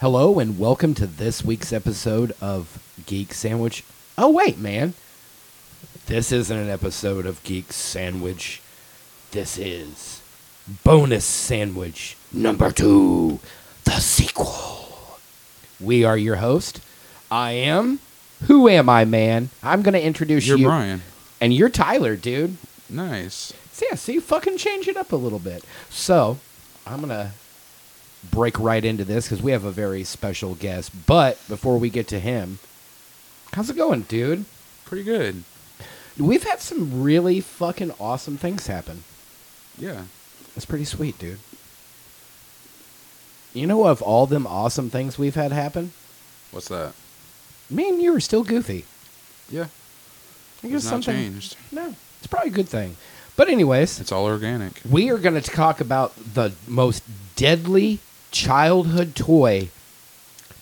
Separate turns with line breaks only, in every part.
Hello and welcome to this week's episode of Geek Sandwich. Oh wait, man. This isn't an episode of Geek Sandwich. This is Bonus Sandwich number 2, the sequel. We are your host. I am Who am I, man? I'm going to introduce
You're
you.
Brian.
And you're Tyler, dude.
Nice.
So, yeah, see, fucking change it up a little bit. So, I'm going to break right into this because we have a very special guest. But before we get to him, how's it going, dude?
Pretty good.
We've had some really fucking awesome things happen.
Yeah.
It's pretty sweet, dude. You know, of all them awesome things we've had happen,
What's that?
me and you are still goofy.
Yeah.
I
It's not changed.
No, it's probably a good thing. But anyways,
It's all organic.
We are going to talk about the most deadly childhood toy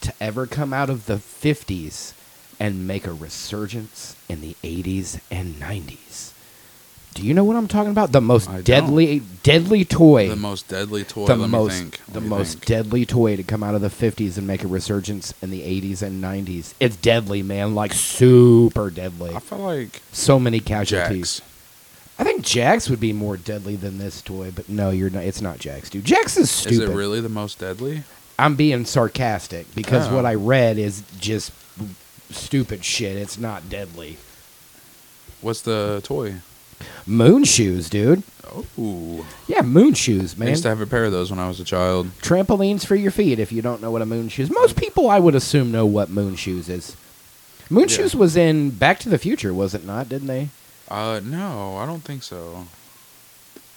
to ever come out of the 50s and make a resurgence in the 80s and 90s. Do you know what I'm talking about? The most
I don't.
deadly deadly toy.
The most deadly toy.
the
let
most
me think. Let
the
me
most
think.
deadly toy to come out of the 50s and make a resurgence in the 80s and 90s. It's deadly, man, like super deadly.
I feel like
So many casualties.
Uh, Jax.
I think Jax would be more deadly than this toy, but no, you're not. It's not Jax, dude. Jax is
Is
stupid.
it really the most deadly?
I'm being sarcastic because
Oh.
what I read is just stupid shit. It's not deadly.
What's the toy?
Moon shoes, dude.
Oh.
Yeah, moon shoes,
I
man.
used to have a pair of those when I was a child.
Trampolines for your feet. If you don't know what a moon shoes, most people I would assume know what moon shoes is. Moon
Yeah.
shoes was in Back to the Future, was it not? Didn't they?
Uh, no, I don't think so.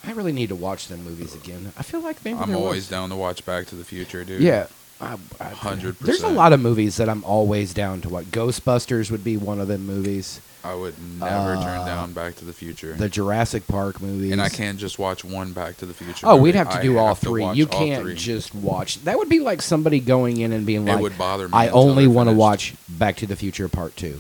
I really need to watch them movies again. I feel like maybe
I'm
there was-
always down to watch Back to the Future, dude.
Yeah. I- I-
100%.
There's a lot of movies that I'm always down to watch. Ghostbusters would be one of them movies.
I would never
Uh,
turn down Back to the Future.
The Jurassic Park movies.
and I can't just watch one Back to the Future.
Oh, we'd
movie.
have to
I
do all
have to
three.
watch
you
all
can't
three.
just watch. That would be like somebody going in and being
It
like,
would bother me.
"I
until
only
they're
want to
finished.
watch Back to the Future Part 2.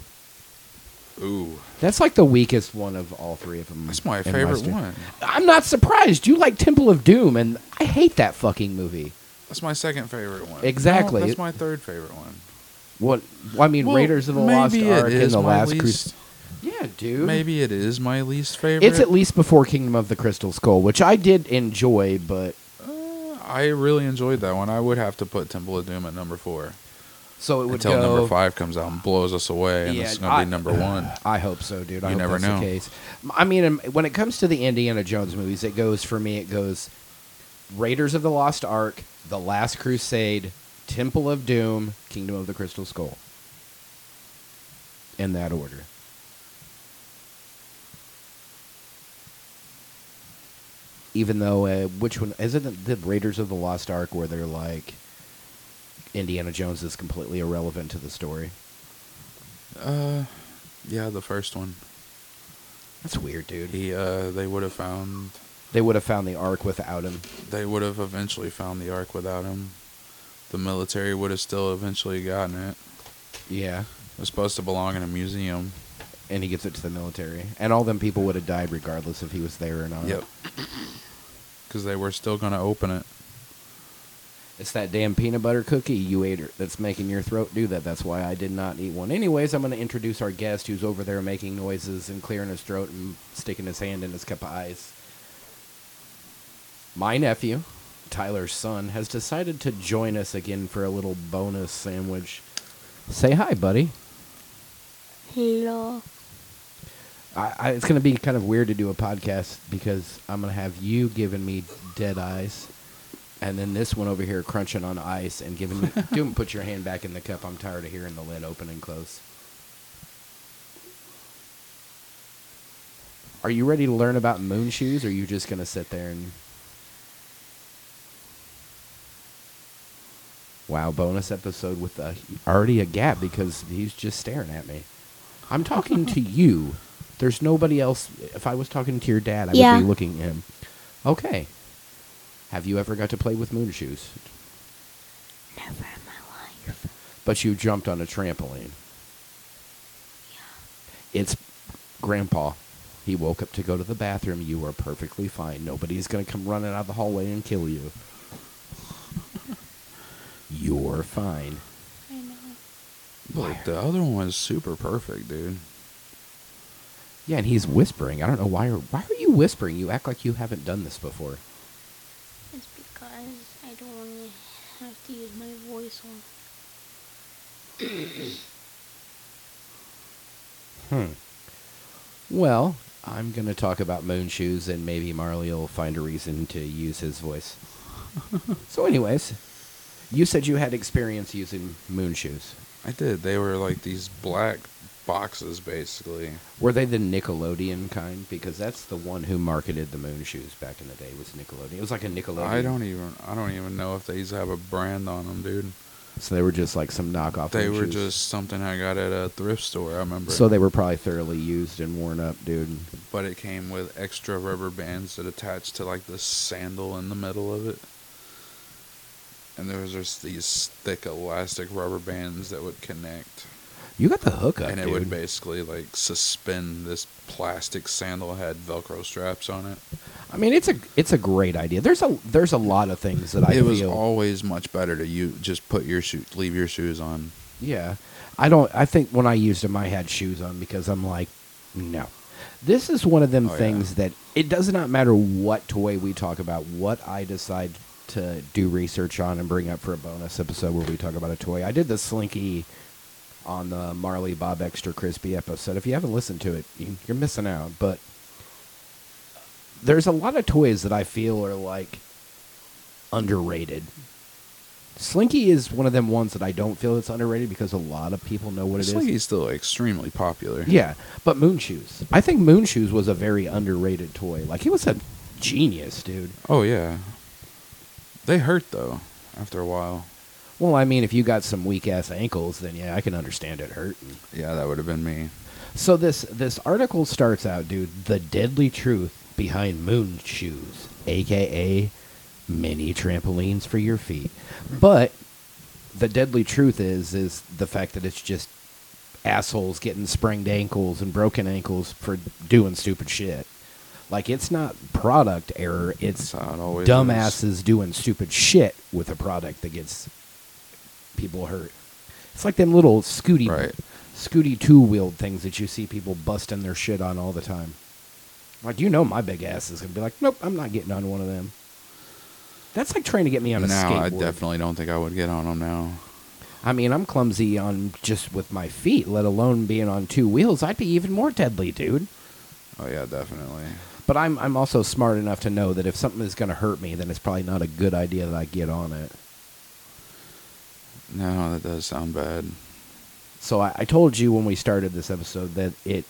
Ooh,
That's like the weakest one of all three of them.
that's my
in
favorite
st-
one.
I'm not surprised. You like Temple of Doom, and I hate that fucking movie.
That's my second favorite one.
Exactly.
No, that's my third favorite one.
What? Well, I mean, Raiders of the Lost
maybe it
Ark and
is
the
my
Last
least-
Crusade. Yeah, dude.
Maybe it is my least favorite.
It's at least before Kingdom of the Crystal Skull, which I did enjoy, but
Uh, I really enjoyed that one. I would have to put Temple of Doom at number four
so it would
until
go.
number five comes out and blows us away, and
Yeah,
it's gonna
I-
be number one.
I hope so, dude. I
You
hope
never
that's
know.
the case. M- I mean, um, when it comes to the Indiana Jones movies, it goes for me. It goes Raiders of the Lost Ark, The Last Crusade, Temple of Doom, Kingdom of the Crystal Skull. In that order. Even though, uh, which one isn't it the Raiders of the Lost Ark where they're like Indiana Jones is completely irrelevant to the story?
Uh, yeah, the first one.
That's weird, dude.
He, uh, they would have found.
They would have found the Ark without him.
They would have eventually found the Ark without him. The military would have still eventually gotten it.
Yeah.
It was supposed to belong in a museum.
And he gives it to the military. And all them people would have died regardless if he was there or not.
Yep. Because they were still going to open it.
It's that damn peanut butter cookie you ate er- that's making your throat do that. That's why I did not eat one. Anyways, I'm going to introduce our guest who's over there making noises and clearing his throat and sticking his hand in his cup of ice. My nephew, Tyler's son, has decided to join us again for a little bonus sandwich. Say hi, buddy.
Hello.
I, I, it's going to be kind of weird to do a podcast because I'm going to have you giving me dead eyes, and then this one over here crunching on ice and giving me. do put your hand back in the cup. I'm tired of hearing the lid open and close. Are you ready to learn about moon shoes? Or are you just going to sit there and? Wow, bonus episode with a, already a gap because he's just staring at me. I'm talking to you. There's nobody else. If I was talking to your dad, I
Yeah.
would be looking at him. Okay. Have you ever got to play with moon shoes?
Never in my life.
But you jumped on a trampoline. It's Grandpa. He woke up to go to the bathroom. You are perfectly fine. Nobody's going to come running out of the hallway and kill you. You're fine.
I know.
Like the other one was super perfect, dude.
Yeah, and he's whispering. I don't know why. You're, why are you whispering? You act like you haven't done this before.
It's because I don't want to have to use my voice on.
Hmm. Well, I'm going to talk about moon shoes, and maybe Marley will find a reason to use his voice. so, anyways, you said you had experience using moon shoes.
I did. They were like these black boxes, basically.
Were they the Nickelodeon kind? Because that's the one who marketed the moon shoes back in the day was Nickelodeon. It was like a Nickelodeon.
I don't even. I don't even know if these have a brand on them, dude.
So they were just like some knockoff.
They
moon
were
shoes.
just something I got at a thrift store. I remember.
So they were probably thoroughly used and worn up, dude.
but it came with extra rubber bands that attached to like the sandal in the middle of it. And there was just these thick elastic rubber bands that would connect,
You got the hookup,
and it
dude.
would basically like suspend this plastic sandal had Velcro straps on it.
I mean, it's a it's a great idea. There's a there's a lot of things that I
it
feel.
was always much better to you just put your shoe, leave your shoes on.
Yeah. I don't I think when I used them I had shoes on because I'm like, no. This is one of them
Oh, yeah.
things that it does not matter what toy we talk about, what I decide to do research on and bring up for a bonus episode where we talk about a toy. I did the slinky on the Marley Bob Extra Crispy episode. If you haven't listened to it, you- you're missing out. But there's a lot of toys that I feel are like underrated. Slinky is one of them ones that I don't feel it's underrated because a lot of people know what it
It's
is.
like he's still extremely popular.
Yeah, but Moon Shoes. I think Moon Shoes was a very underrated toy. Like he was a genius, dude.
Oh yeah. They hurt though after a while.
Well, I mean, if you got some weak ass ankles, then yeah, I can understand it hurting.
Yeah, that would have been me.
So this this article starts out, dude. The deadly truth behind moon shoes, aka mini trampolines for your feet. But the deadly truth is is the fact that it's just assholes getting sprained ankles and broken ankles for doing stupid shit. Like it's not product error; it's
That's how it always
dumbasses
is.
doing stupid shit with a product that gets people hurt. It's like them little Scooty,
Right.
Scooty two wheeled things that you see people busting their shit on all the time. Like you know, my big ass is gonna be like, nope, I'm not getting on one of them. That's like trying to get me on a
now
skateboard.
I definitely don't think I would get on them now.
I mean, I'm clumsy on just with my feet, let alone being on two wheels. I'd be even more deadly, dude.
Oh yeah, definitely.
But I'm I'm also smart enough to know that if something is gonna hurt me, then it's probably not a good idea that I get on it.
No, that does sound bad.
So I, I told you when we started this episode that it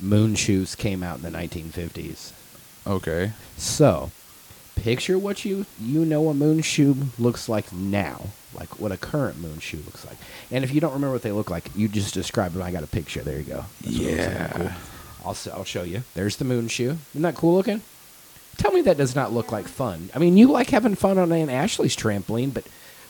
moon shoes came out in the 1950s.
Okay.
So picture what you you know a moon shoe looks like now, like what a current moon shoe looks like. And if you don't remember what they look like, you just describe them. I got a picture. There you go. what it looks like.
Yeah.
Cool. I'll s- I'll show you. There's the moon shoe. Isn't that cool looking? Tell me that does not look like fun. I mean, you like having fun on Aunt Ashley's trampoline, but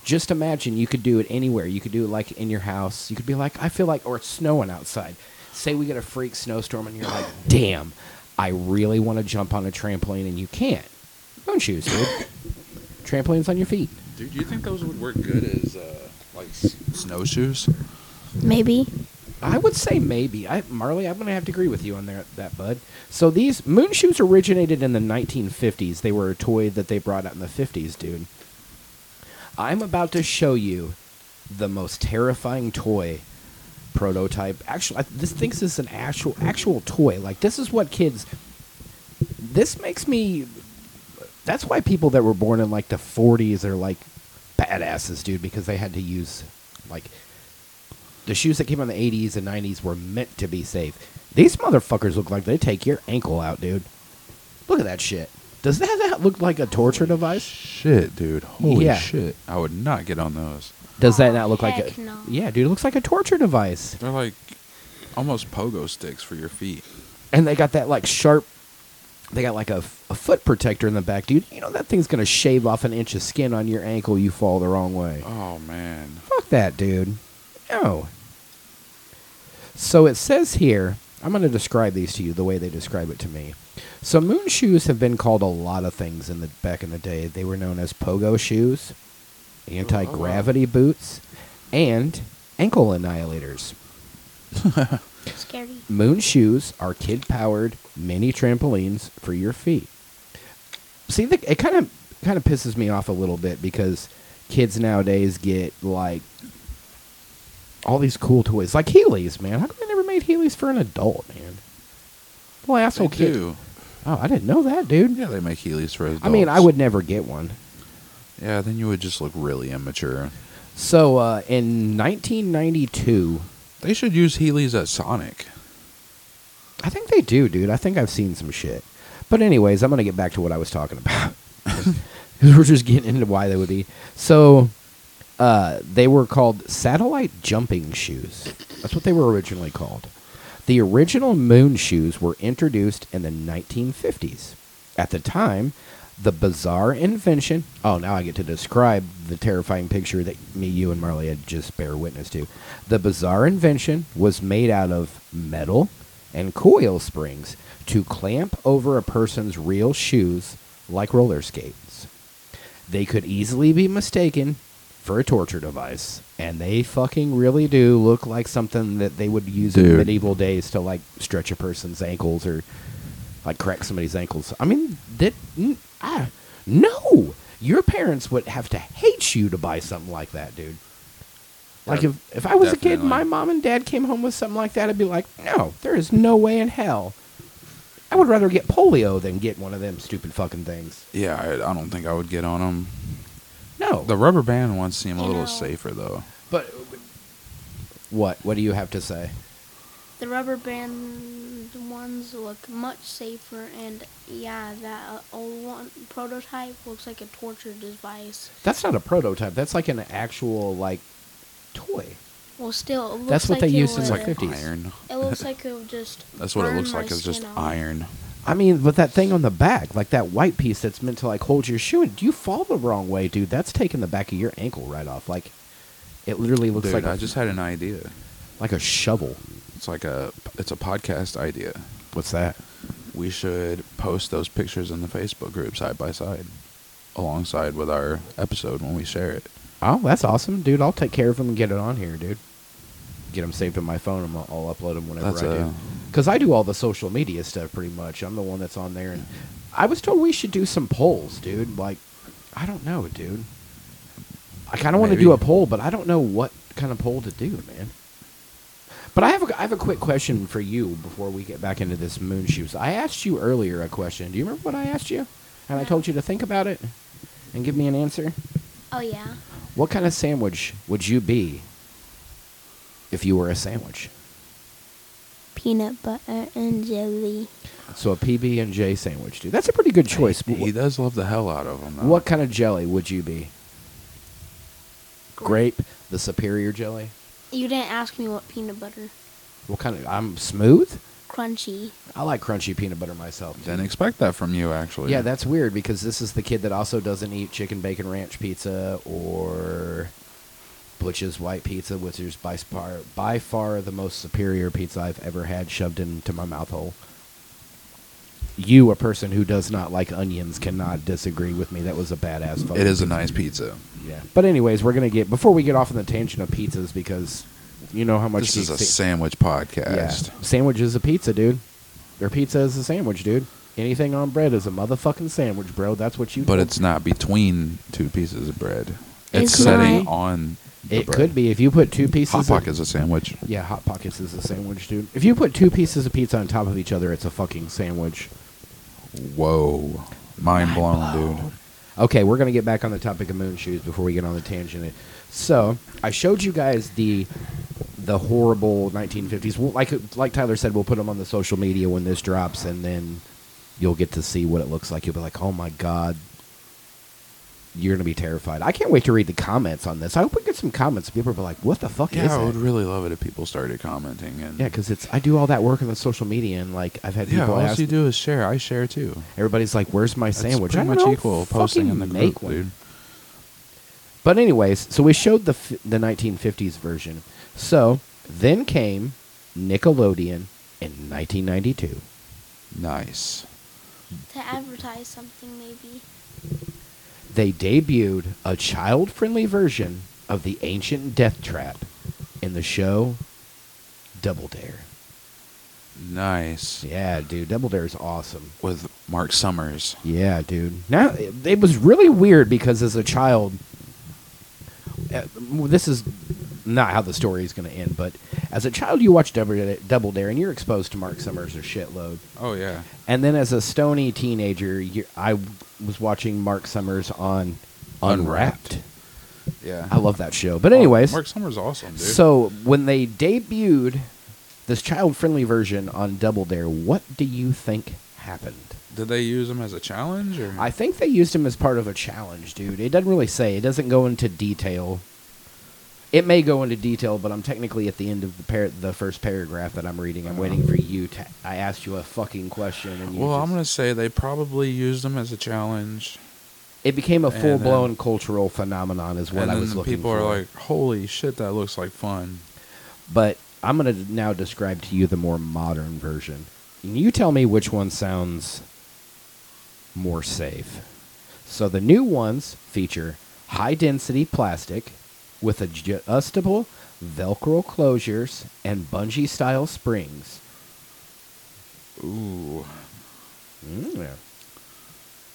just imagine you could do it anywhere. You could do it like in your house. You could be like, I feel like, or it's snowing outside. Say we get a freak snowstorm and you're like, damn, I really want to jump on a trampoline and you can't. Moon shoes, dude. Trampolines on your feet.
Dude, do you think those would work good as uh, like snowshoes?
Maybe.
I would say maybe. I, Marley, I'm going to have to agree with you on there, that, bud. So these moon shoes originated in the 1950s. They were a toy that they brought out in the 50s, dude. I'm about to show you the most terrifying toy prototype. Actually, I, this thinks is an actual actual toy. Like this is what kids. This makes me. That's why people that were born in like the 40s are like badasses, dude, because they had to use like the shoes that came out in the 80s and 90s were meant to be safe. These motherfuckers look like they take your ankle out, dude. Look at that shit. Does that, that look like a torture device?
Shit, dude. Holy
Yeah.
shit. I would not get on those.
Does that
Oh,
not look like
heck
a
no.
Yeah, dude, it looks like a torture device.
They're like almost pogo sticks for your feet.
And they got that like sharp they got like a, f- a foot protector in the back, dude. You know that thing's going to shave off an inch of skin on your ankle you fall the wrong way.
Oh, man.
Fuck that, dude. No. So it says here, I'm going to describe these to you the way they describe it to me. So moon shoes have been called a lot of things in the back in the day. They were known as pogo shoes, anti-gravity boots, and ankle annihilators.
Scary.
Moon shoes are kid-powered mini trampolines for your feet. See, the, it kind of kind of pisses me off a little bit because kids nowadays get like all these cool toys, like Heelys, man. How come they never made Heelys for an adult, man? Well,
They
asshole kid.
do.
Oh, I didn't know that, dude.
Yeah, they make Heelys for adults.
I mean, I would never get one.
Yeah, then you would just look really immature.
So uh, in 1992,
They should use Heelys at Sonic.
I think they do, dude. I think I've seen some shit. But anyways, I'm gonna get back to what I was talking about because we're just getting into why they would be. So uh, they were called satellite jumping shoes. That's what they were originally called. The original moon shoes were introduced in the 1950s. At the time, the bizarre invention. Oh, now I get to describe the terrifying picture that me, you, and Marley had just bear witness to. The bizarre invention was made out of metal and coil springs to clamp over a person's real shoes like roller skates. They could easily be mistaken for a torture device, and they fucking really do look like something that they would use in
Dude.
medieval days to like stretch a person's ankles or like crack somebody's ankles. I mean, that n- I, no, your parents would have to hate you to buy something like that, dude. Like
Yeah,
if if I was a kid,
definitely.
my mom and dad came home with something like that, I'd be like, no, there is no way in hell. I would rather get polio than get one of them stupid fucking things.
Yeah, I, I don't think I would get on them.
No,
The rubber band ones seem a
You
little
know-
safer, though.
but what? What do you have to say?
The rubber band ones look much safer, and yeah, that uh, old one prototype looks like a torture device.
That's not a prototype. That's like an actual like toy.
Well, still, it looks
That's what
like
they
it
used in
was,
It's like
50s.
iron.
It looks like it would just.
That's what it
burn
looks
my
like. It's just
skin off.
iron.
I mean, with that thing on the back, like that white piece that's meant to like hold your shoe, and you fall the wrong way, dude. That's taking the back of your ankle right off. Like, it literally looks
Dude,
like
I
a-
just had an idea.
like a shovel.
It's like a it's a podcast idea.
What's that?
We should post those pictures in the Facebook group side by side, alongside with our episode when we share it.
Oh, that's awesome, dude. I'll take care of them and get it on here, dude. Get them saved on my phone, and I'll, I'll upload them whenever
That's
I
a-
do. Because I do all the social media stuff pretty much. I'm the one that's on there, and I was told we should do some polls, dude. Like, I don't know, dude. I kind of want to
Maybe.
do a poll, but I don't know what kind of poll to do, man. But I have a, I have a quick question for you before we get back into this moon shoes. I asked you earlier a question. Do you remember what I asked you? And I told you to think about it and give me an answer.
Oh yeah.
What kind of sandwich would you be if you were a sandwich?
Peanut butter and jelly.
So a PB and J sandwich, dude. That's a pretty good choice.
He, he
What,
does love the hell out of them. Though.
what kind of jelly would you be? Grape, the superior jelly.
You didn't ask me what peanut butter.
What kind of? I'm smooth.
Crunchy.
I like crunchy peanut butter myself. dude.
Didn't expect that from you, actually.
Yeah, that's weird because this is the kid that also doesn't eat chicken bacon ranch pizza or Butch's white pizza, which is by far by far the most superior pizza I've ever had shoved into my mouth hole. You, a person who does not like onions, cannot disagree with me. That was a badass. fucking
It is a
pizza.
nice pizza.
Yeah. But anyways, we're gonna get before we get off on the tangent of pizzas because you know how much
This is
Geek
a
Sa-
sandwich podcast.
Yeah. Sandwich is a pizza, dude. Your pizza is a sandwich, dude. Anything on bread is a motherfucking sandwich, bro. That's what you.
But it's not between two pieces of bread. It's,
It's
sitting
not.
on the
It
bread.
could be if you put two pieces.
Hot
of-
Pocket's a sandwich.
Yeah, hot pockets is a sandwich, dude. If you put two pieces of pizza on top of each other, it's a fucking sandwich.
Whoa. Mind blown, dude.
Okay, we're gonna get back on the topic of moon shoes before we get on the tangent. So I showed you guys the the horrible 1950s. Well, like like Tyler said, we'll put them on the social media when this drops, and then you'll get to see what it looks like. You'll be like, oh my god, you're gonna be terrified. I can't wait to read the comments on this. I hope we get some comments. People will be like, what the fuck is
Yeah, I would
that?
really love it if people started commenting. And
yeah, because it's I do all that work on the social media, and like I've had
Yeah,
people
all
ask
you do is share. I share too.
Everybody's like, "Where's my
That's
sandwich?"
pretty
I
much
don't know,
equal posting in the
fucking
group,
make one.
dude.
But anyways, so we showed the f- the 1950s version. So then came Nickelodeon in 1992.
Nice.
to advertise something maybe.
They debuted a child-friendly version of the ancient death trap in the show Double Dare.
Nice.
Yeah, dude, Double Dare is awesome.
With Mark Summers.
Yeah, dude. Now it, it was really weird because as a child, uh, this is not how the story is going to end. But as a child, you watch Double Dare, Double Dare, and you're exposed to Mark Summers a shitload.
Oh, yeah.
And then as a stony teenager, you, I was watching Mark Summers on Unwrapped.
Unwrapped. Yeah.
I love that show. But anyways,
Oh, Mark Summers awesome, dude.
so when they debuted this child-friendly version on Double Dare, what do you think happened?
Did they use him as a challenge or
I think they used him as part of a challenge, dude. It doesn't really say. It doesn't go into detail. It may go into detail, but I'm technically at the end of the par- the first paragraph that I'm reading. I'm waiting for you to. I asked you a fucking question, and you
Well,
just-
I'm gonna say they probably used him as a challenge.
it became a
and
full blown
then-
cultural phenomenon, is what
and
I
then
was
the
looking
people
for.
are like, "Holy shit, that looks like fun."
but I'm gonna now describe to you the more modern version. And you tell me which one sounds more safe. So the new ones feature high density plastic with adjustable Velcro closures and bungee style springs.
Ooh,
Mm.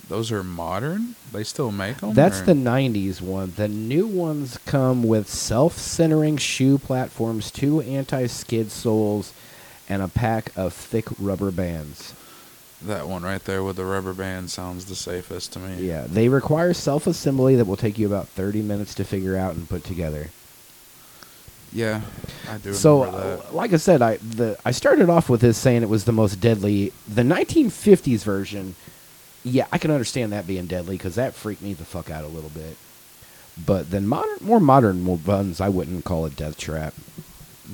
those are modern. They still make them.
That's the 90s one. The new ones come with self centering shoe platforms, two anti skid soles, and a pack of thick rubber bands.
that one right there with the rubber band sounds the safest to me.
Yeah, they require self assembly that will take you about 30 minutes to figure out and put together.
yeah, I do.
So,
remember
uh,
that.
like I said, I the I started off with this saying it was the most deadly. The 1950s version, yeah, I can understand that being deadly because that freaked me the fuck out a little bit. But then modern, more modern ones, I wouldn't call it death trap.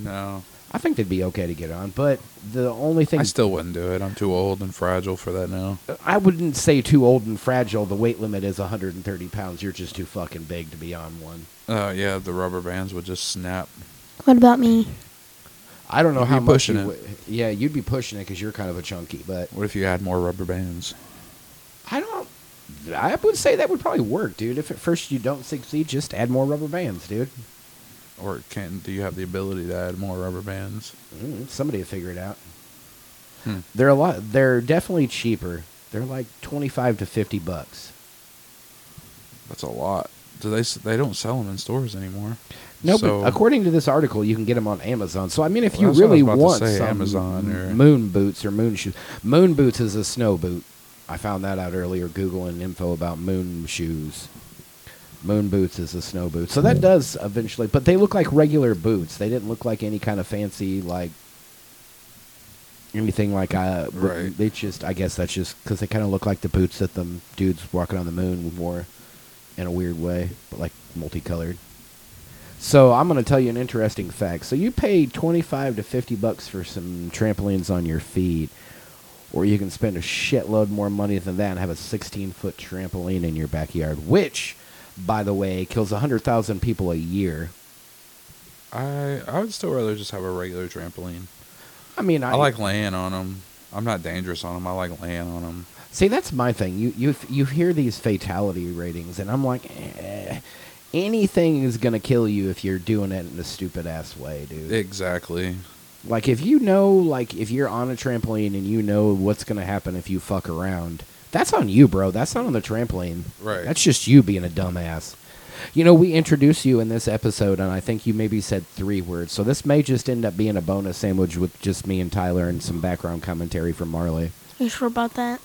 no,
I think they'd be okay to get on, but the only thing
I still wouldn't do it. I'm too old and fragile for that now.
I wouldn't say too old and fragile. The weight limit is 130 pounds. You're just too fucking big to be on one.
Uh, yeah, the rubber bands would just snap.
What about me?
I don't know
You'd
how
be
much
pushing
you
it.
would- yeah, you'd be pushing it because you're kind of a chunky, but
What if you had more rubber bands?
I don't. I would say that would probably work, dude. If at first you don't succeed, just add more rubber bands, dude.
Or can do you have the ability to add more rubber bands?
Mm, somebody will figure it out.
Hmm.
They're a lot. They're definitely cheaper. They're like twenty-five to fifty bucks.
That's a lot. Do they? s- They don't sell them in stores anymore.
No,
So-
but according to this article, you can get them on Amazon. So I mean, if
Well,
you
that's what I
really
was about
want
to say,
some
Amazon or-
moon boots or moon shoes, moon boots is a snow boot. I found that out earlier googling info about moon shoes. Moon boots is a snow boot, so that does eventually. But they look like regular boots. They didn't look like any kind of fancy like anything like I.
Right.
They just, I guess that's just because they kind of look like the boots that the dudes walking on the moon wore in a weird way, but like multicolored. So I'm going to tell you an interesting fact. So you pay 25 to 50 bucks for some trampolines on your feet, or you can spend a shitload more money than that and have a 16 foot trampoline in your backyard, which, by the way, kills 100,000 people a year.
I I would still rather just have a regular trampoline.
I mean, I,
I like laying on them. I'm not dangerous on them. I like laying on them.
See, that's my thing. You you you hear these fatality ratings, and I'm like, eh. anything is gonna kill you if you're doing it in a stupid ass way, dude.
Exactly.
Like if you know, like if you're on a trampoline and you know what's gonna happen if you fuck around, that's on you, bro. That's not on the trampoline.
Right.
That's just you being a dumbass. You know, we introduced you in this episode, and I think you maybe said three words. So this may just end up being a bonus sandwich with just me and Tyler and some background commentary from Marley.
You sure about that?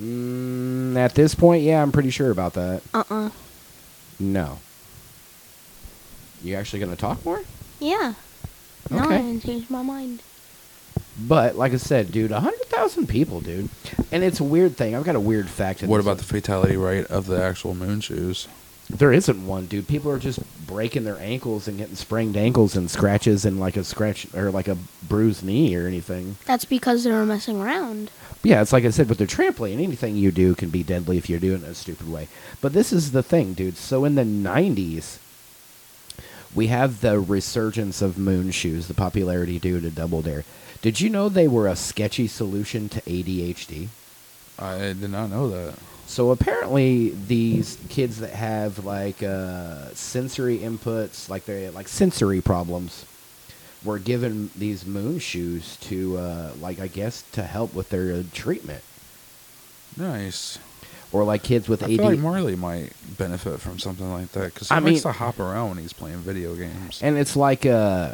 Mm, at this point, yeah, I'm pretty sure about that.
Uh uh
No. You actually gonna talk more?
Yeah. No, I
Okay.
haven't changed my mind.
But like I said, dude, hundred thousand people, dude, and it's a weird thing. I've got a weird fact. in
What
this
about the fatality rate of the actual moon shoes?
There isn't one, dude. People are just breaking their ankles and getting sprained ankles and scratches and like a scratch or like a bruised knee or anything.
That's because they were messing around.
Yeah, it's like I said with the trampoline. Anything you do can be deadly if you're doing it in a stupid way. But this is the thing, dude. So in the '90s, we have the resurgence of moon shoes, the popularity due to Double Dare. Did you know they were a sketchy solution to ADHD?
I did not know that.
So apparently, these kids that have like uh, sensory inputs, like they like sensory problems, were given these moon shoes to, uh, like I guess, to help with their uh, treatment.
Nice.
Or like kids with
I feel like
ADHD.
Marley might benefit from something like that because he
I
likes
mean-
to hop around when he's playing video games.
and it's like, uh,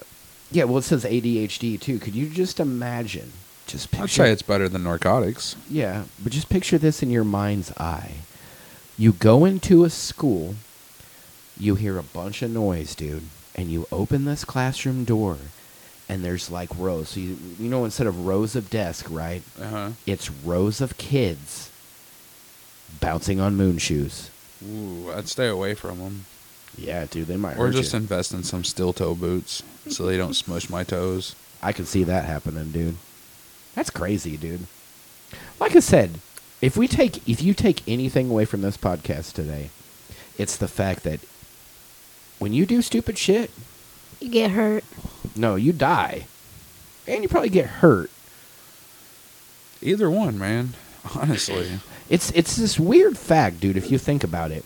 yeah, well, it says ADHD too. Could you just imagine? Just picture.
I'd say it's better than narcotics.
Yeah, but just picture this in your mind's eye. You go into a school, you hear a bunch of noise, dude, and you open this classroom door, and there's like rows. So you, you know, instead of rows of desk, right?
Uh huh.
It's rows of kids bouncing on moon shoes.
Ooh, I'd stay away from them,
Yeah, dude, they might.
or
hurt
just
you.
invest in some steel toe boots so they don't smush my toes.
I could see that happening, dude. That's crazy, dude. Like I said, if we take if you take anything away from this podcast today, it's the fact that when you do stupid shit,
You get hurt.
no, you die. And you probably get hurt.
Either one, man. Honestly,
It's it's this weird fact, dude, if you think about it.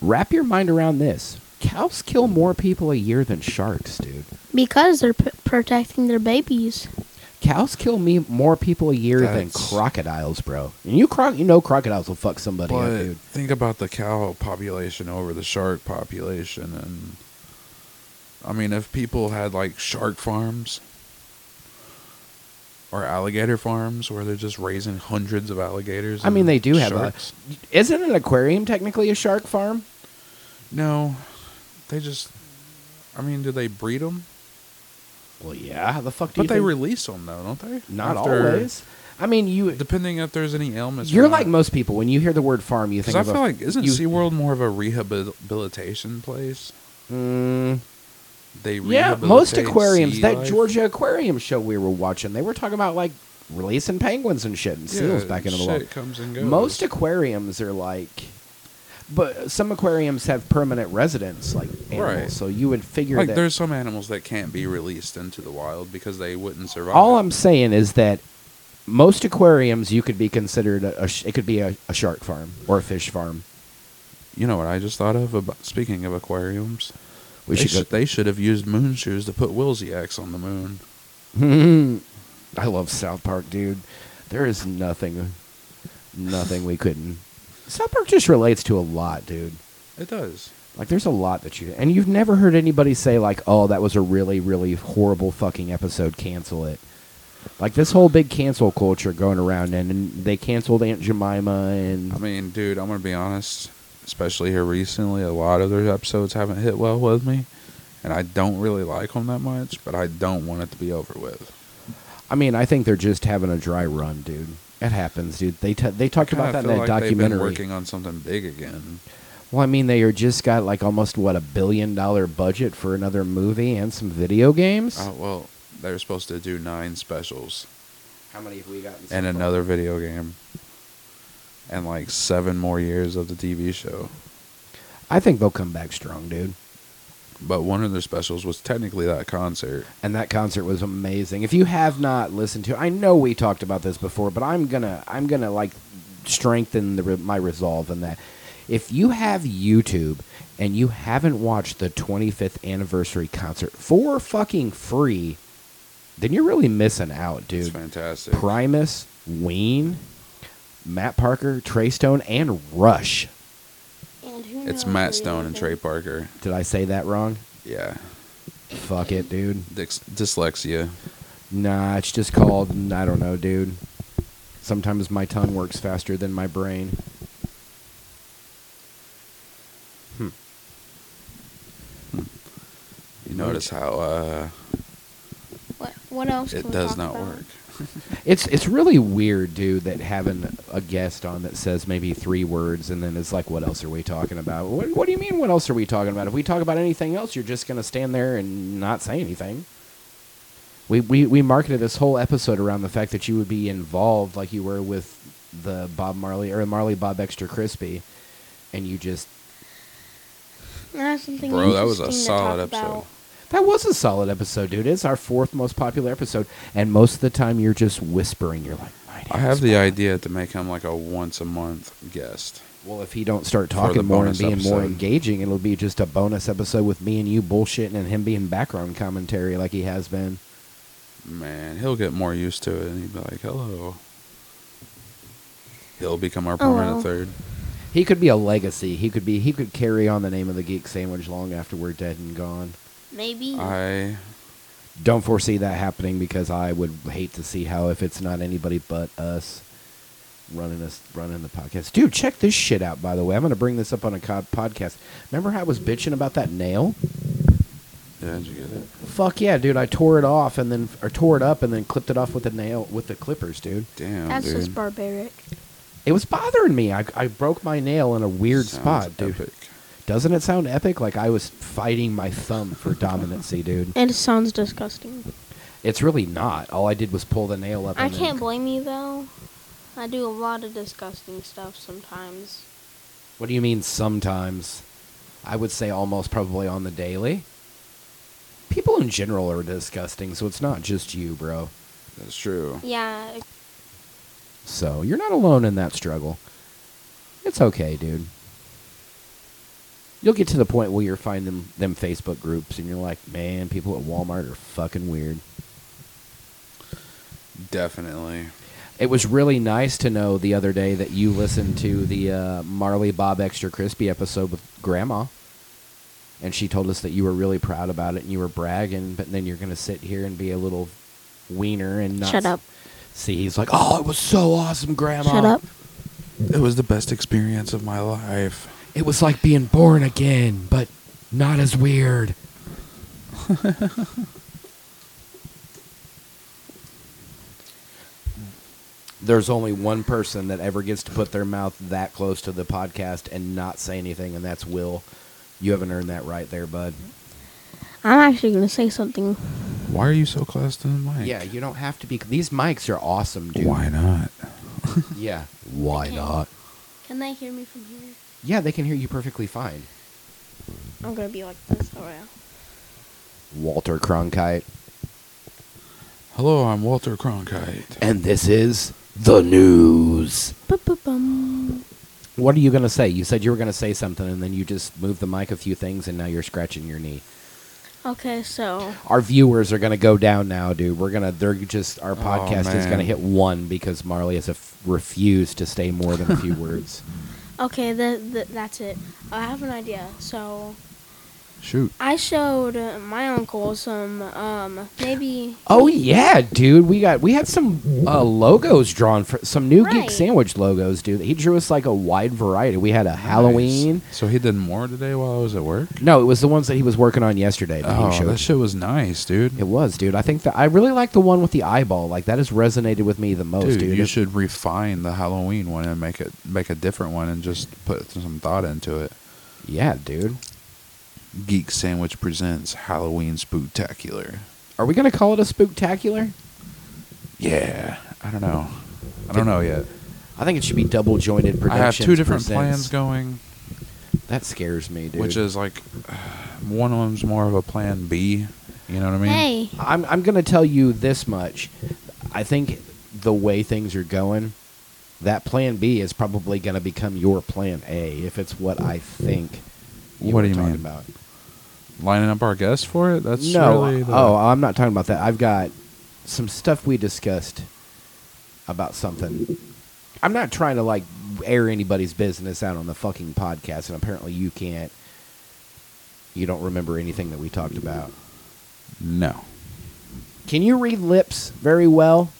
Wrap your mind around this. Cows kill more people a year than sharks, dude.
Because they're p- protecting their babies.
Cows kill me more people a year than
That's-
crocodiles, bro. And you cro- you know crocodiles will fuck somebody up,
but
dude.
think about the cow population over the shark population, and I mean, if people had like shark farms or alligator farms where they're just raising hundreds of alligators.
I mean,
and
they do have a-
sharks.
Isn't an aquarium technically a shark farm?
No, they just. I mean, do they breed them?
Well, yeah. How the fuck do
But
you?
they
think-
release them though, don't they?
not
After-
always. I mean, you.
Depending if there's any ailments. or
You're
not.
like most people. When you hear the word farm, you
'Cause
think
I
of a-
feel like isn't
you-
SeaWorld more of a rehabilitation place?
Mm,
They
yeah,
rehabilitate
most aquariums.
sea
That
life.
Georgia aquarium show we were watching, they were talking about like releasing penguins and shit and
Yeah,
seals back into the
shit
water.
comes and goes.
Most aquariums are like, but some aquariums have permanent residents, like animals.
Right.
So you would figure
like
that
there's some animals that can't be released into the wild because they wouldn't survive.
All I'm saying is that most aquariums you could be considered a, a sh- it could be a, a shark farm or a fish farm.
you know what I just thought of about speaking of aquariums.
We
they
should,
should they should have used moon shoes to put Wilsiacs on the moon.
go. I love South Park, dude. There is nothing, nothing we couldn't. South Park just relates to a lot, dude.
It does.
Like there's a lot that you and you've never heard anybody say like, "Oh, that was a really really horrible fucking episode. Cancel it." Like this whole big cancel culture going around, and, and they canceled Aunt Jemima, and
I mean, dude, I'm gonna be honest. Especially here recently, a lot of their episodes haven't hit well with me, and I don't really like them that much. But I don't want it to be over with.
I mean, I think they're just having a dry run, dude. It happens, dude. They t- they talked
Kinda
about that in
feel
that
like They've been
documentary.
working on something big again.
Well, I mean, they are just got like almost what a billion dollar budget for another movie and some video games.
Oh well, they were supposed to do nine specials
How many have we gotten?
and another video game, and like seven more years of the TV show.
I think they'll come back strong, dude.
But one of their specials was technically that concert.
And that concert was amazing. If you have not listened to, I know we talked about this before, but I'm gonna I'm gonna like strengthen the re- my resolve in that. If you have YouTube and you haven't watched the 25th anniversary concert for fucking free, then you're really missing out,
It's
dude.
fantastic.
Primus, Ween, Matt Parker, Trey Stone, and Rush.
And who
It's
knows
Matt
where
Stone and
they-
Trey Parker.
Did I say that wrong?
Yeah.
Fuck it, dude.
Dix- dyslexia.
Nah, it's just called, I don't know, dude. Sometimes my tongue works faster than my brain. Hmm.
You notice how uh,
What, what else? can
it
we
does
talk
not
about?
work.
It's it's really weird, dude, that having a guest on that says maybe three words and then it's like, what else are we talking about? What, what do you mean, what else are we talking about? If we talk about anything else, you're just going to stand there and not say anything. We, we, we marketed this whole episode around the fact that you would be involved like you were with the Bob Marley or Marley Bob Extra Crispy, and you just.
That's something
Bro, that was a
interesting to
solid
talk about.
episode.
That was a solid episode, dude. It's our fourth most popular episode, and most of the time you're just whispering. You're like, "My
I
name's
have the
Bob."
idea to make him like a once a month guest.
Well, if he don't start
For the
talking more and
bonus
being more
episode.
engaging, it'll be just a bonus episode with me and you bullshitting and him being background commentary like he has been.
Man, he'll get more used to it and he'd be like, hello. He'll become our
Oh,
permanent
well.
third.
He could be a legacy. He could be. He could carry on the name of the geek sandwich long after we're dead and gone.
Maybe.
I
Don't foresee that happening because I would hate to see how if it's not anybody but us running us running the podcast. Dude, check this shit out. By the way, I'm going to bring this up on a co- podcast. Remember how I was bitching about that nail?
yeah, did you get it?
Fuck yeah, dude! I tore it off and then or tore it up and then clipped it off with a nail with the clippers, dude.
Damn,
That's
dude.
just barbaric.
It was bothering me. I, I broke my nail in a weird
Sounds
spot, dude.
epic.
Doesn't it sound epic? Like I was fighting my thumb for dominancy, dude.
And it sounds disgusting.
It's really not. All I did was pull the nail up.
I
and then-
can't blame you though. I do a lot of disgusting stuff sometimes.
What do you mean sometimes? I would say almost probably on the daily. People in general are disgusting, so it's not just you, bro.
That's true.
Yeah, it-
So you're not alone in that struggle. It's okay, dude. You'll get to the point where you're finding them, them Facebook groups and you're like, man, people at Walmart are fucking weird.
Definitely.
It was really nice to know the other day that you listened to the uh, Marley Bob Extra Crispy episode with Grandma. And she told us that you were really proud about it and you were bragging, but then you're going to sit here and be a little wiener and not
shut up.
see. He's like, oh, it was so awesome, Grandma.
Shut up.
It was the best experience of my life.
It was like being born again, but not as weird. There's only one person that ever gets to put their mouth that close to the podcast and not say anything, and that's Will. You haven't earned that right there, bud.
I'm actually gonna say something.
Why are you so close to the mic?
Yeah, you don't have to be. These mics are awesome, dude.
Why not?
Yeah. Why
Okay.
not?
Can they hear me from here?
Yeah, they can hear you perfectly fine.
I'm gonna be like this. Oh yeah.
Walter Cronkite.
Hello, I'm Walter Cronkite.
And this is the news.
Ba-ba-bum.
What are you going to say? You said you were going to say something, and then you just moved the mic a few things, and now you're scratching your knee.
Okay, so
Our viewers are going to go down now, dude. We're going to, they're just, our
Oh,
podcast is going to
man.
hit one because Marley has a f- refused to say more than a few words.
okay, the, the, that's it. I have an idea. So
Shoot.
I showed uh, my uncle some um maybe
Oh, yeah, dude. We got, we had some uh, logos drawn for some new Geek
Right.
Sandwich logos, dude. He drew us like a wide variety. We had a Halloween.
Nice. So he did more today while I was at work?
No, it was the ones that he was working on yesterday. that he
Oh,
showed
that shit was nice, dude.
It was, dude. I think that I really like the one with the eyeball. Like that has resonated with me the most,
dude,
dude.
you
It-
should refine the Halloween one and make it make a different one and just put some thought into it.
Yeah, dude.
Geek Sandwich presents Halloween Spooktacular.
Are we gonna call it a spooktacular?
Yeah, I don't know. I don't know yet.
I think it should be double jointed
I
production.
have two different plans going,
That scares me, dude.
which is like one of them's more of a plan B. You know what I mean?
hey
I'm I'm gonna tell you this much. I think the way things are going, that plan B is probably going to become your plan A if it's what I think you were
What do you
talking
mean?
about.
Lining up our guests for it? That's
no,
really the,
oh, I'm not talking about that. I've got some stuff we discussed about something. I'm not trying to like air anybody's business out on the fucking podcast, and apparently you can't. You don't remember anything that we talked about.
no.
Can you read lips very well?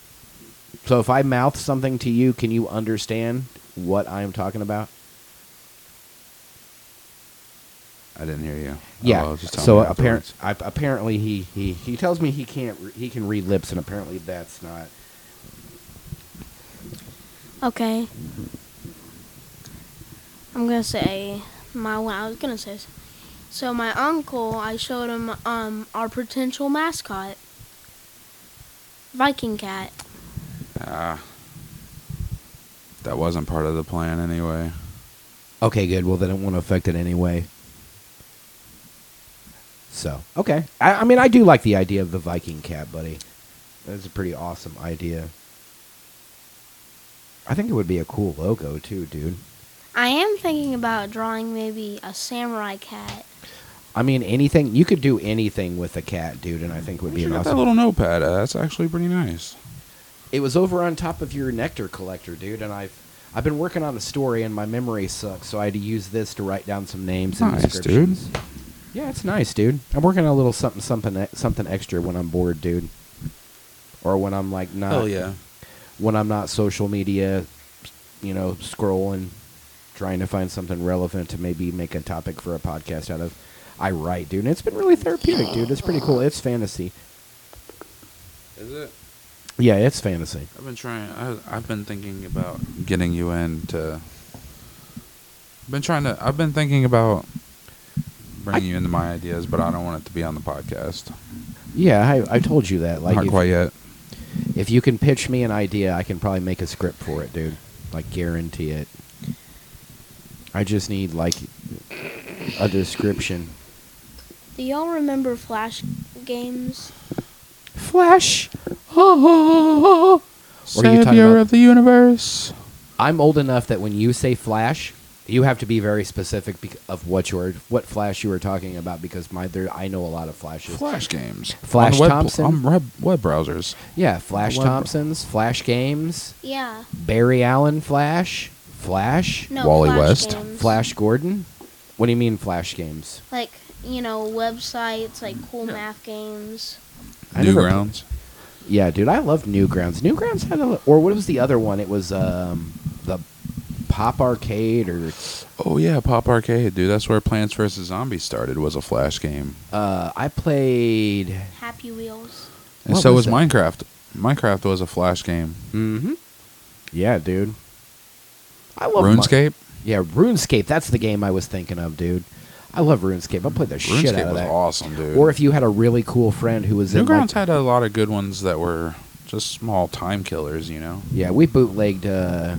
So if I mouth something to you, can you understand what I'm talking about?
I didn't hear you.
Yeah.
Oh, just tell
so
me
apparent,
afterwards.
I, apparently he, he he tells me he can't re- he can read lips, and apparently that's not.
Okay. I'm gonna say my what I was gonna say. So my uncle, I showed him um our potential mascot, Viking cat.
Ah. that wasn't part of the plan anyway.
Okay, good. Well, then it won't affect it anyway. So okay, I, I mean I do like the idea of the Viking cat, buddy. That's a pretty awesome idea. I think it would be a cool logo too, dude.
I am thinking about drawing maybe a samurai cat.
I mean, anything you could do anything with a cat, dude, and I think it would
We
be an
should get
awesome.
that little notepad. Uh, That's actually pretty nice.
it was over on top of your nectar collector, dude, and I've I've been working on a story and my memory sucks, so I had to use this to write down some names and
Nice, dude.
descriptions. Yeah, it's nice, dude. I'm working on a little something something e- something extra when I'm bored, dude. Or when I'm like not
Hell yeah.
when I'm not social media, you know, scrolling, trying to find something relevant to maybe make a topic for a podcast out of. I write, dude. And it's been really therapeutic, dude. It's pretty cool. It's fantasy.
Is it?
Yeah, it's fantasy.
I've been trying. I, I've been thinking about getting you in to. Been trying to. I've been thinking about bringing you into my ideas, but I don't want it to be on the podcast.
Yeah, I, I told you that. Like,
Not
if-
quite yet.
If you can pitch me an idea, I can probably make a script for it, dude. Like guarantee it. I just need like a description.
Do y'all remember Flash games?
Flash. Oh, What are you talking
Savior
about?
of the universe.
I'm old enough that when you say Flash, you have to be very specific bec- of what you're what Flash you were talking about because my there I know a lot of Flashes.
Flash games.
Flash
on web,
Thompson?
On web, web browsers.
Yeah, Flash
Wonder-
Thompsons, Flash Games,
Yeah.
Barry Allen Flash, Flash,
No.
Wally
Flash
West?
Games.
Flash Gordon. What do you mean Flash Games?
Like you know websites like
Mm,
cool math games.
I never-
Newgrounds.
Yeah, dude, I loved Newgrounds. Newgrounds had a, or what was the other one? It was um, the Pop Arcade or
Oh yeah, Pop Arcade, dude. That's where Plants vs Zombies started. Was a Flash game,
uh, I played.
Happy Wheels.
and
What
so
was
was,
that?
Minecraft. Minecraft was a Flash game.
Mm-hmm. Yeah, dude. I love Mi-
RuneScape.
yeah, RuneScape. That's the game I was thinking of, dude. I love RuneScape. I played the shit out
RuneScape
of
was
that.
awesome, dude.
Or if you had a really cool friend who was in like,
Newgrounds had a lot of good ones that were just small time killers, you know.
Yeah, we bootlegged uh,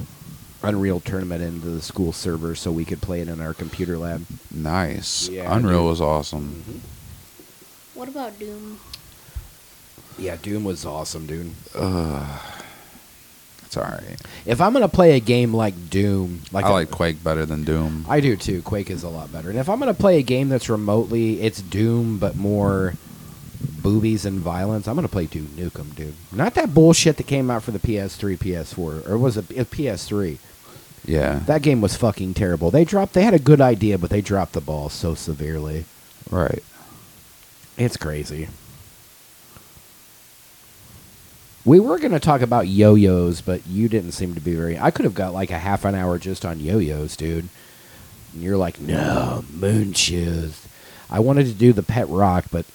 Unreal Tournament into the school server so we could play it in our computer lab.
Nice.
Yeah,
Unreal
dude. Mm-hmm.
was awesome.
What about Doom?
Yeah, Doom was awesome, dude.
It's all right.
If I'm gonna play a game like Doom, like
I
a-
like Quake better than Doom.
I do too. Quake is a lot better. And if I'm gonna play a game that's remotely, it's Doom, but more boobies and violence. I'm gonna play Doom Nukem, dude. Not that bullshit that came out for the PS3, PS4, or was it uh, PS3?
yeah.
That game was fucking terrible. They dropped. They had a good idea, but they dropped the ball so severely.
right.
It's crazy. We were going to talk about yo-yos, but you didn't seem to be very. I could have got like a half an hour just on yo-yos, dude. And you're like, no, moon shoes. I wanted to do the pet rock, but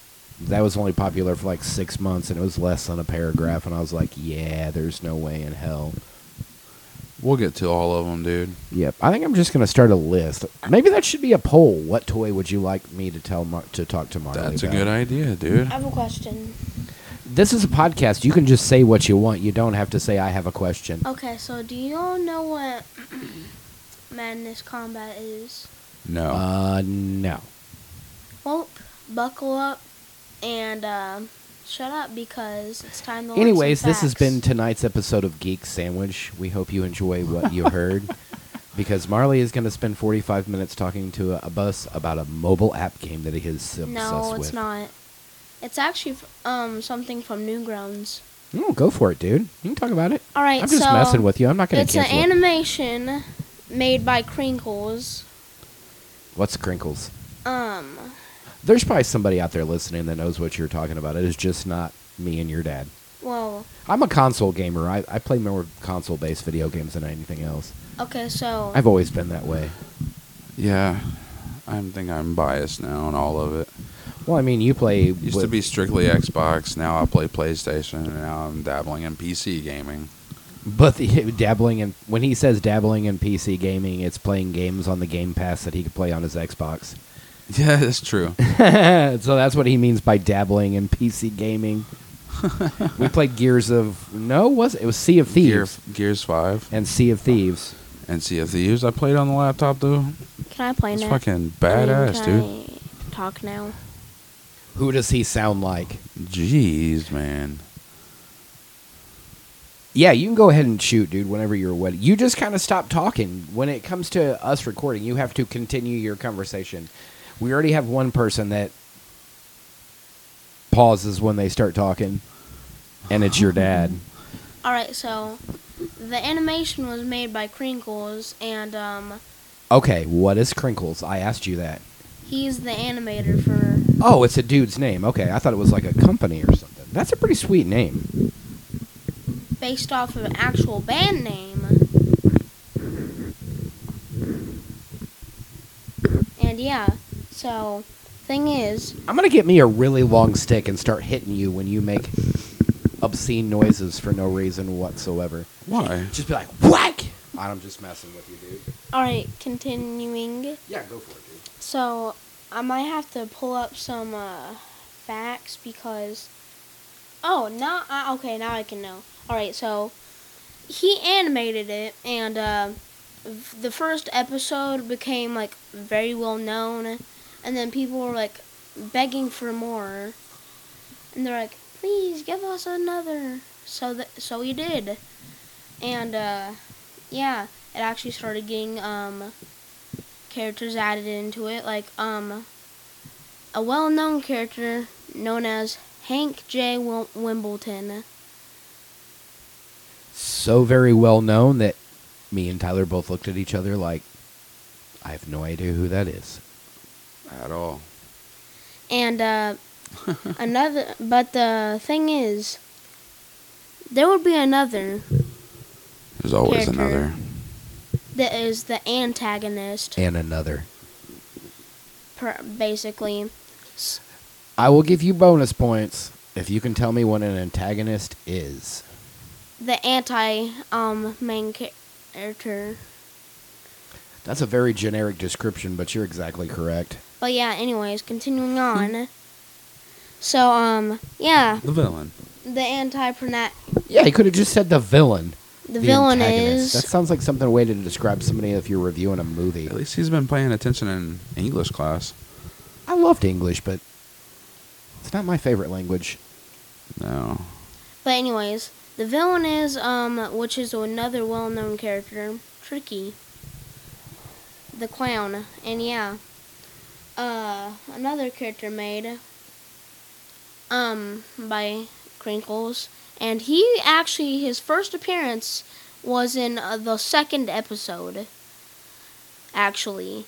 that was only popular for like six months, and it was less than a paragraph. And I was like, yeah, there's no way in hell.
We'll get to all of them, dude.
Yep, I think I'm just going to start a list. Maybe that should be a poll. What toy would you like me to tell Mar- to talk to Marley
That's a
about?
good idea, dude.
I have a question.
This is a podcast. You can just say what you want. You don't have to say I have a question.
Okay, so do you all know what Madness Combat is?
Mm-hmm.
Oh.
No.
Uh, no.
Well, buckle up and uh, Shut up because it's time to. learn some
Anyways, this has
facts.
been tonight's episode of Geek Sandwich. We hope you enjoy what you heard because Marley is going to spend 45 minutes talking to a, a bus about a mobile app game that he is obsessed
No,
with.
it's not. It's actually f- um something from Newgrounds.
Mm, go for it, dude. You can talk about it.
All right,
I'm just
so
messing with you. I'm not going to
It's an
cancel. it.
animation made by Crinkles.
What's crinkles?
Um,
There's probably somebody out there listening that knows what you're talking about. It is just not me and your dad.
well,
I'm a console gamer. I, I play more console based video games than anything else.
okay, so
I've always been that way.
Yeah, I think I'm biased now on all of it.
Well, I mean, you play.
Used to
with-
be strictly Xbox. Now I play PlayStation, and now I'm dabbling in PC gaming.
But the, dabbling in when he says dabbling in PC gaming, it's playing games on the Game Pass that he could play on his Xbox.
Yeah, that's true.
so that's what he means by dabbling in PC gaming. we played Gears of no, was it? it was Sea of Thieves
Gear, Gears Five
and Sea of Thieves.
and Sea of Thieves. I played on the laptop though.
can I play
It's
now?
fucking
I mean,
badass,
can
dude.
I talk now.
Who does he sound like?
Jeez, man.
Yeah, you can go ahead and shoot, dude. Whenever you're ready, you just kind of stop talking. When it comes to us recording, you have to continue your conversation. We already have one person that pauses when they start talking, and it's your dad.
All right, so the animation was made by Crinkles, and um,
Okay, what is Crinkles? I asked you that.
he's the animator for.
Oh, it's a dude's name. Okay, I thought it was like a company or something. That's a pretty sweet name.
based off of an actual band name. And yeah, so thing is,
I'm gonna get me a really long stick and start hitting you when you make obscene noises for no reason whatsoever.
Why?
Just be like, whack! I'm just messing with you, dude.
all right, continuing.
Yeah, go for it, dude.
So I might have to pull up some uh, facts because oh, now I, okay, now I can know. All right, so he animated it, and uh, v- the first episode became like very well known, and then people were like begging for more, and they're like, please give us another. So that so he did, and uh, yeah, it actually started getting um characters added into it, like um, a well-known character known as Hank J. Wim- Wimbledon.
So very well known that me and Tyler both looked at each other like, I have no idea who that is.
At all.
And uh, another, but the thing is, there would be another
There's always
Character.
another.
that is the antagonist,
And another.
per- basically. S-
I will give you bonus points if you can tell me what an antagonist is.
The anti um main character.
That's a very generic description, but you're exactly correct.
But yeah, anyways, continuing on. So um, yeah,
The villain.
the anti the,
Yeah, he could have just said the villain.
the villain
antagonist.
is.
That sounds like something a way to describe somebody if you're reviewing a movie.
At least he's been paying attention in English class.
I loved English, but it's not my favorite language.
No.
But anyways, the villain is um, which is another well-known character, Tricky, the clown, and yeah, uh, another character made um by Crinkles, and he actually his first appearance was in uh, the second episode. Actually,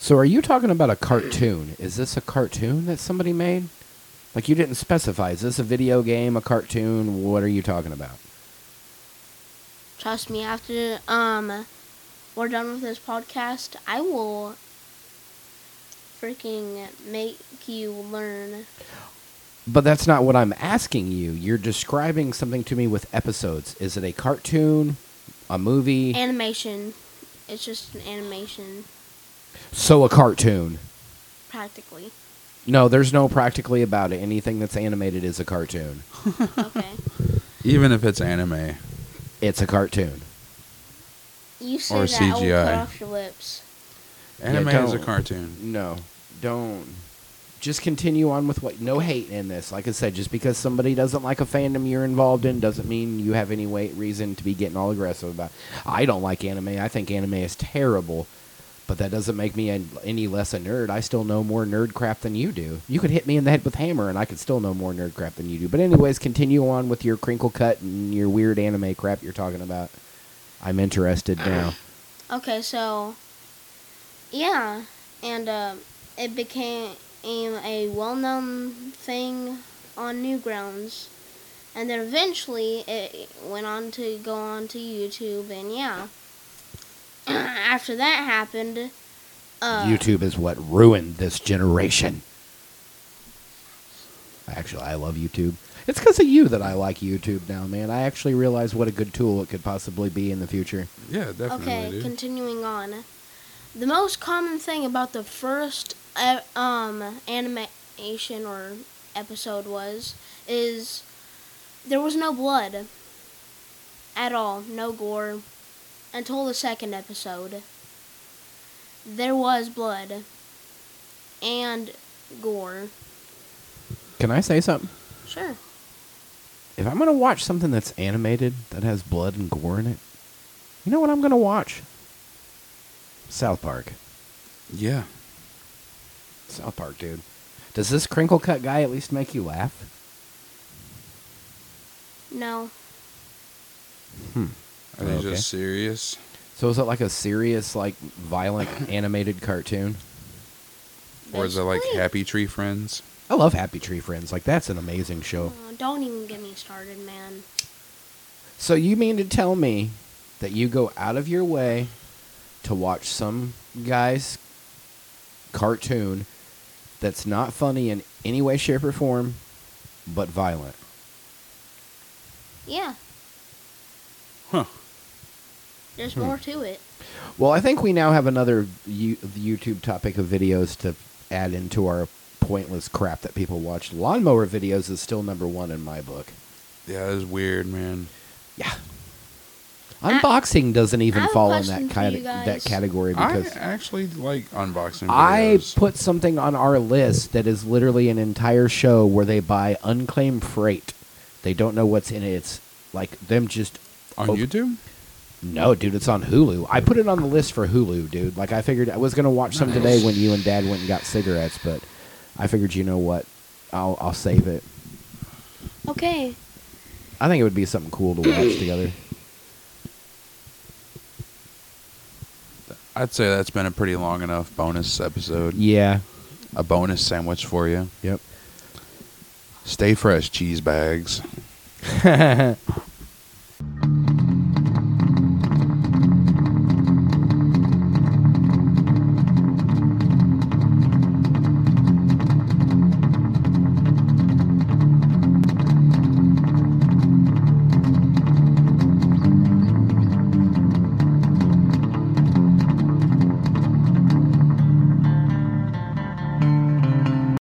So, are you talking about a cartoon? Is this a cartoon that somebody made? Like, you didn't specify. Is this a video game, a cartoon? What are you talking about?
trust me, after um, we're done with this podcast, I will freaking make you learn.
But that's not what I'm asking you. You're describing something to me with episodes. Is it a cartoon, a movie?
Animation. It's just an animation,
so, a cartoon.
practically.
No, there's no practically about it. Anything that's animated is a cartoon.
Okay.
Even if it's anime.
It's a cartoon.
You say
Or
that I will cut
CGI.
off your lips.
Anime is a
don't-
cartoon.
No, don't. just continue on with what no hate in this. Like I said, just because somebody doesn't like a fandom you're involved in doesn't mean you have any way, reason to be getting all aggressive about. I don't like anime. I think anime is terrible, but that doesn't make me an- any less a nerd. I still know more nerd crap than you do. You could hit me in the head with hammer, and I could still know more nerd crap than you do. But anyways, continue on with your crinkle cut and your weird anime crap you're talking about. I'm interested now.
Okay, so yeah, and uh, it became a well-known thing on Newgrounds, and then eventually it went on to go on to YouTube, and yeah. After that happened, uh,
YouTube is what ruined this generation. Actually, I love YouTube. It's because of you that I like YouTube now, man. I actually realize what a good tool it could possibly be in the future.
Yeah, definitely,
Okay,
dude.
continuing on. The most common thing about the first uh, um animation or episode was is there was no blood at all, no gore until the second episode. There was blood and gore.
Can I say something?
Sure.
If I'm going to watch something that's animated that has blood and gore in it, you know what I'm going to watch? South Park.
yeah.
South Park, dude. Does this crinkle cut guy at least make you laugh?
No.
Are they
Okay.
just serious?
So is it like a serious, like violent animated cartoon?
Or is it like
Basically-
Happy Tree Friends?
I love Happy Tree Friends. Like that's an amazing show.
Oh, don't even get me started, man.
So you mean to tell me that you go out of your way to watch some guy's cartoon that's not funny in any way, shape, or form, but violent?
Yeah,
Huh.
there's more to it.
Well, I think we now have another you- YouTube topic of videos to add into our pointless crap that people watch. Lawnmower videos is still number one in my book.
Yeah, that's weird, man.
Yeah. Unboxing doesn't
I
even
have a
fall in
question
that
for
kind
you guys.
that category
I
because
actually like unboxing.
I
videos.
put something on our list that is literally an entire show where they buy unclaimed freight. They don't know what's in it. It's like them just
on
over-
YouTube.
No, dude, it's on Hulu. I put it on the list for Hulu, dude. Like I figured I was gonna watch some today when you and Dad went and got cigarettes, but I figured you know what, I'll I'll save it.
Okay,
I think it would be something cool to watch together.
I'd say that's been a pretty long enough bonus episode.
Yeah.
A bonus sandwich for you.
Yep.
Stay fresh, cheese bags.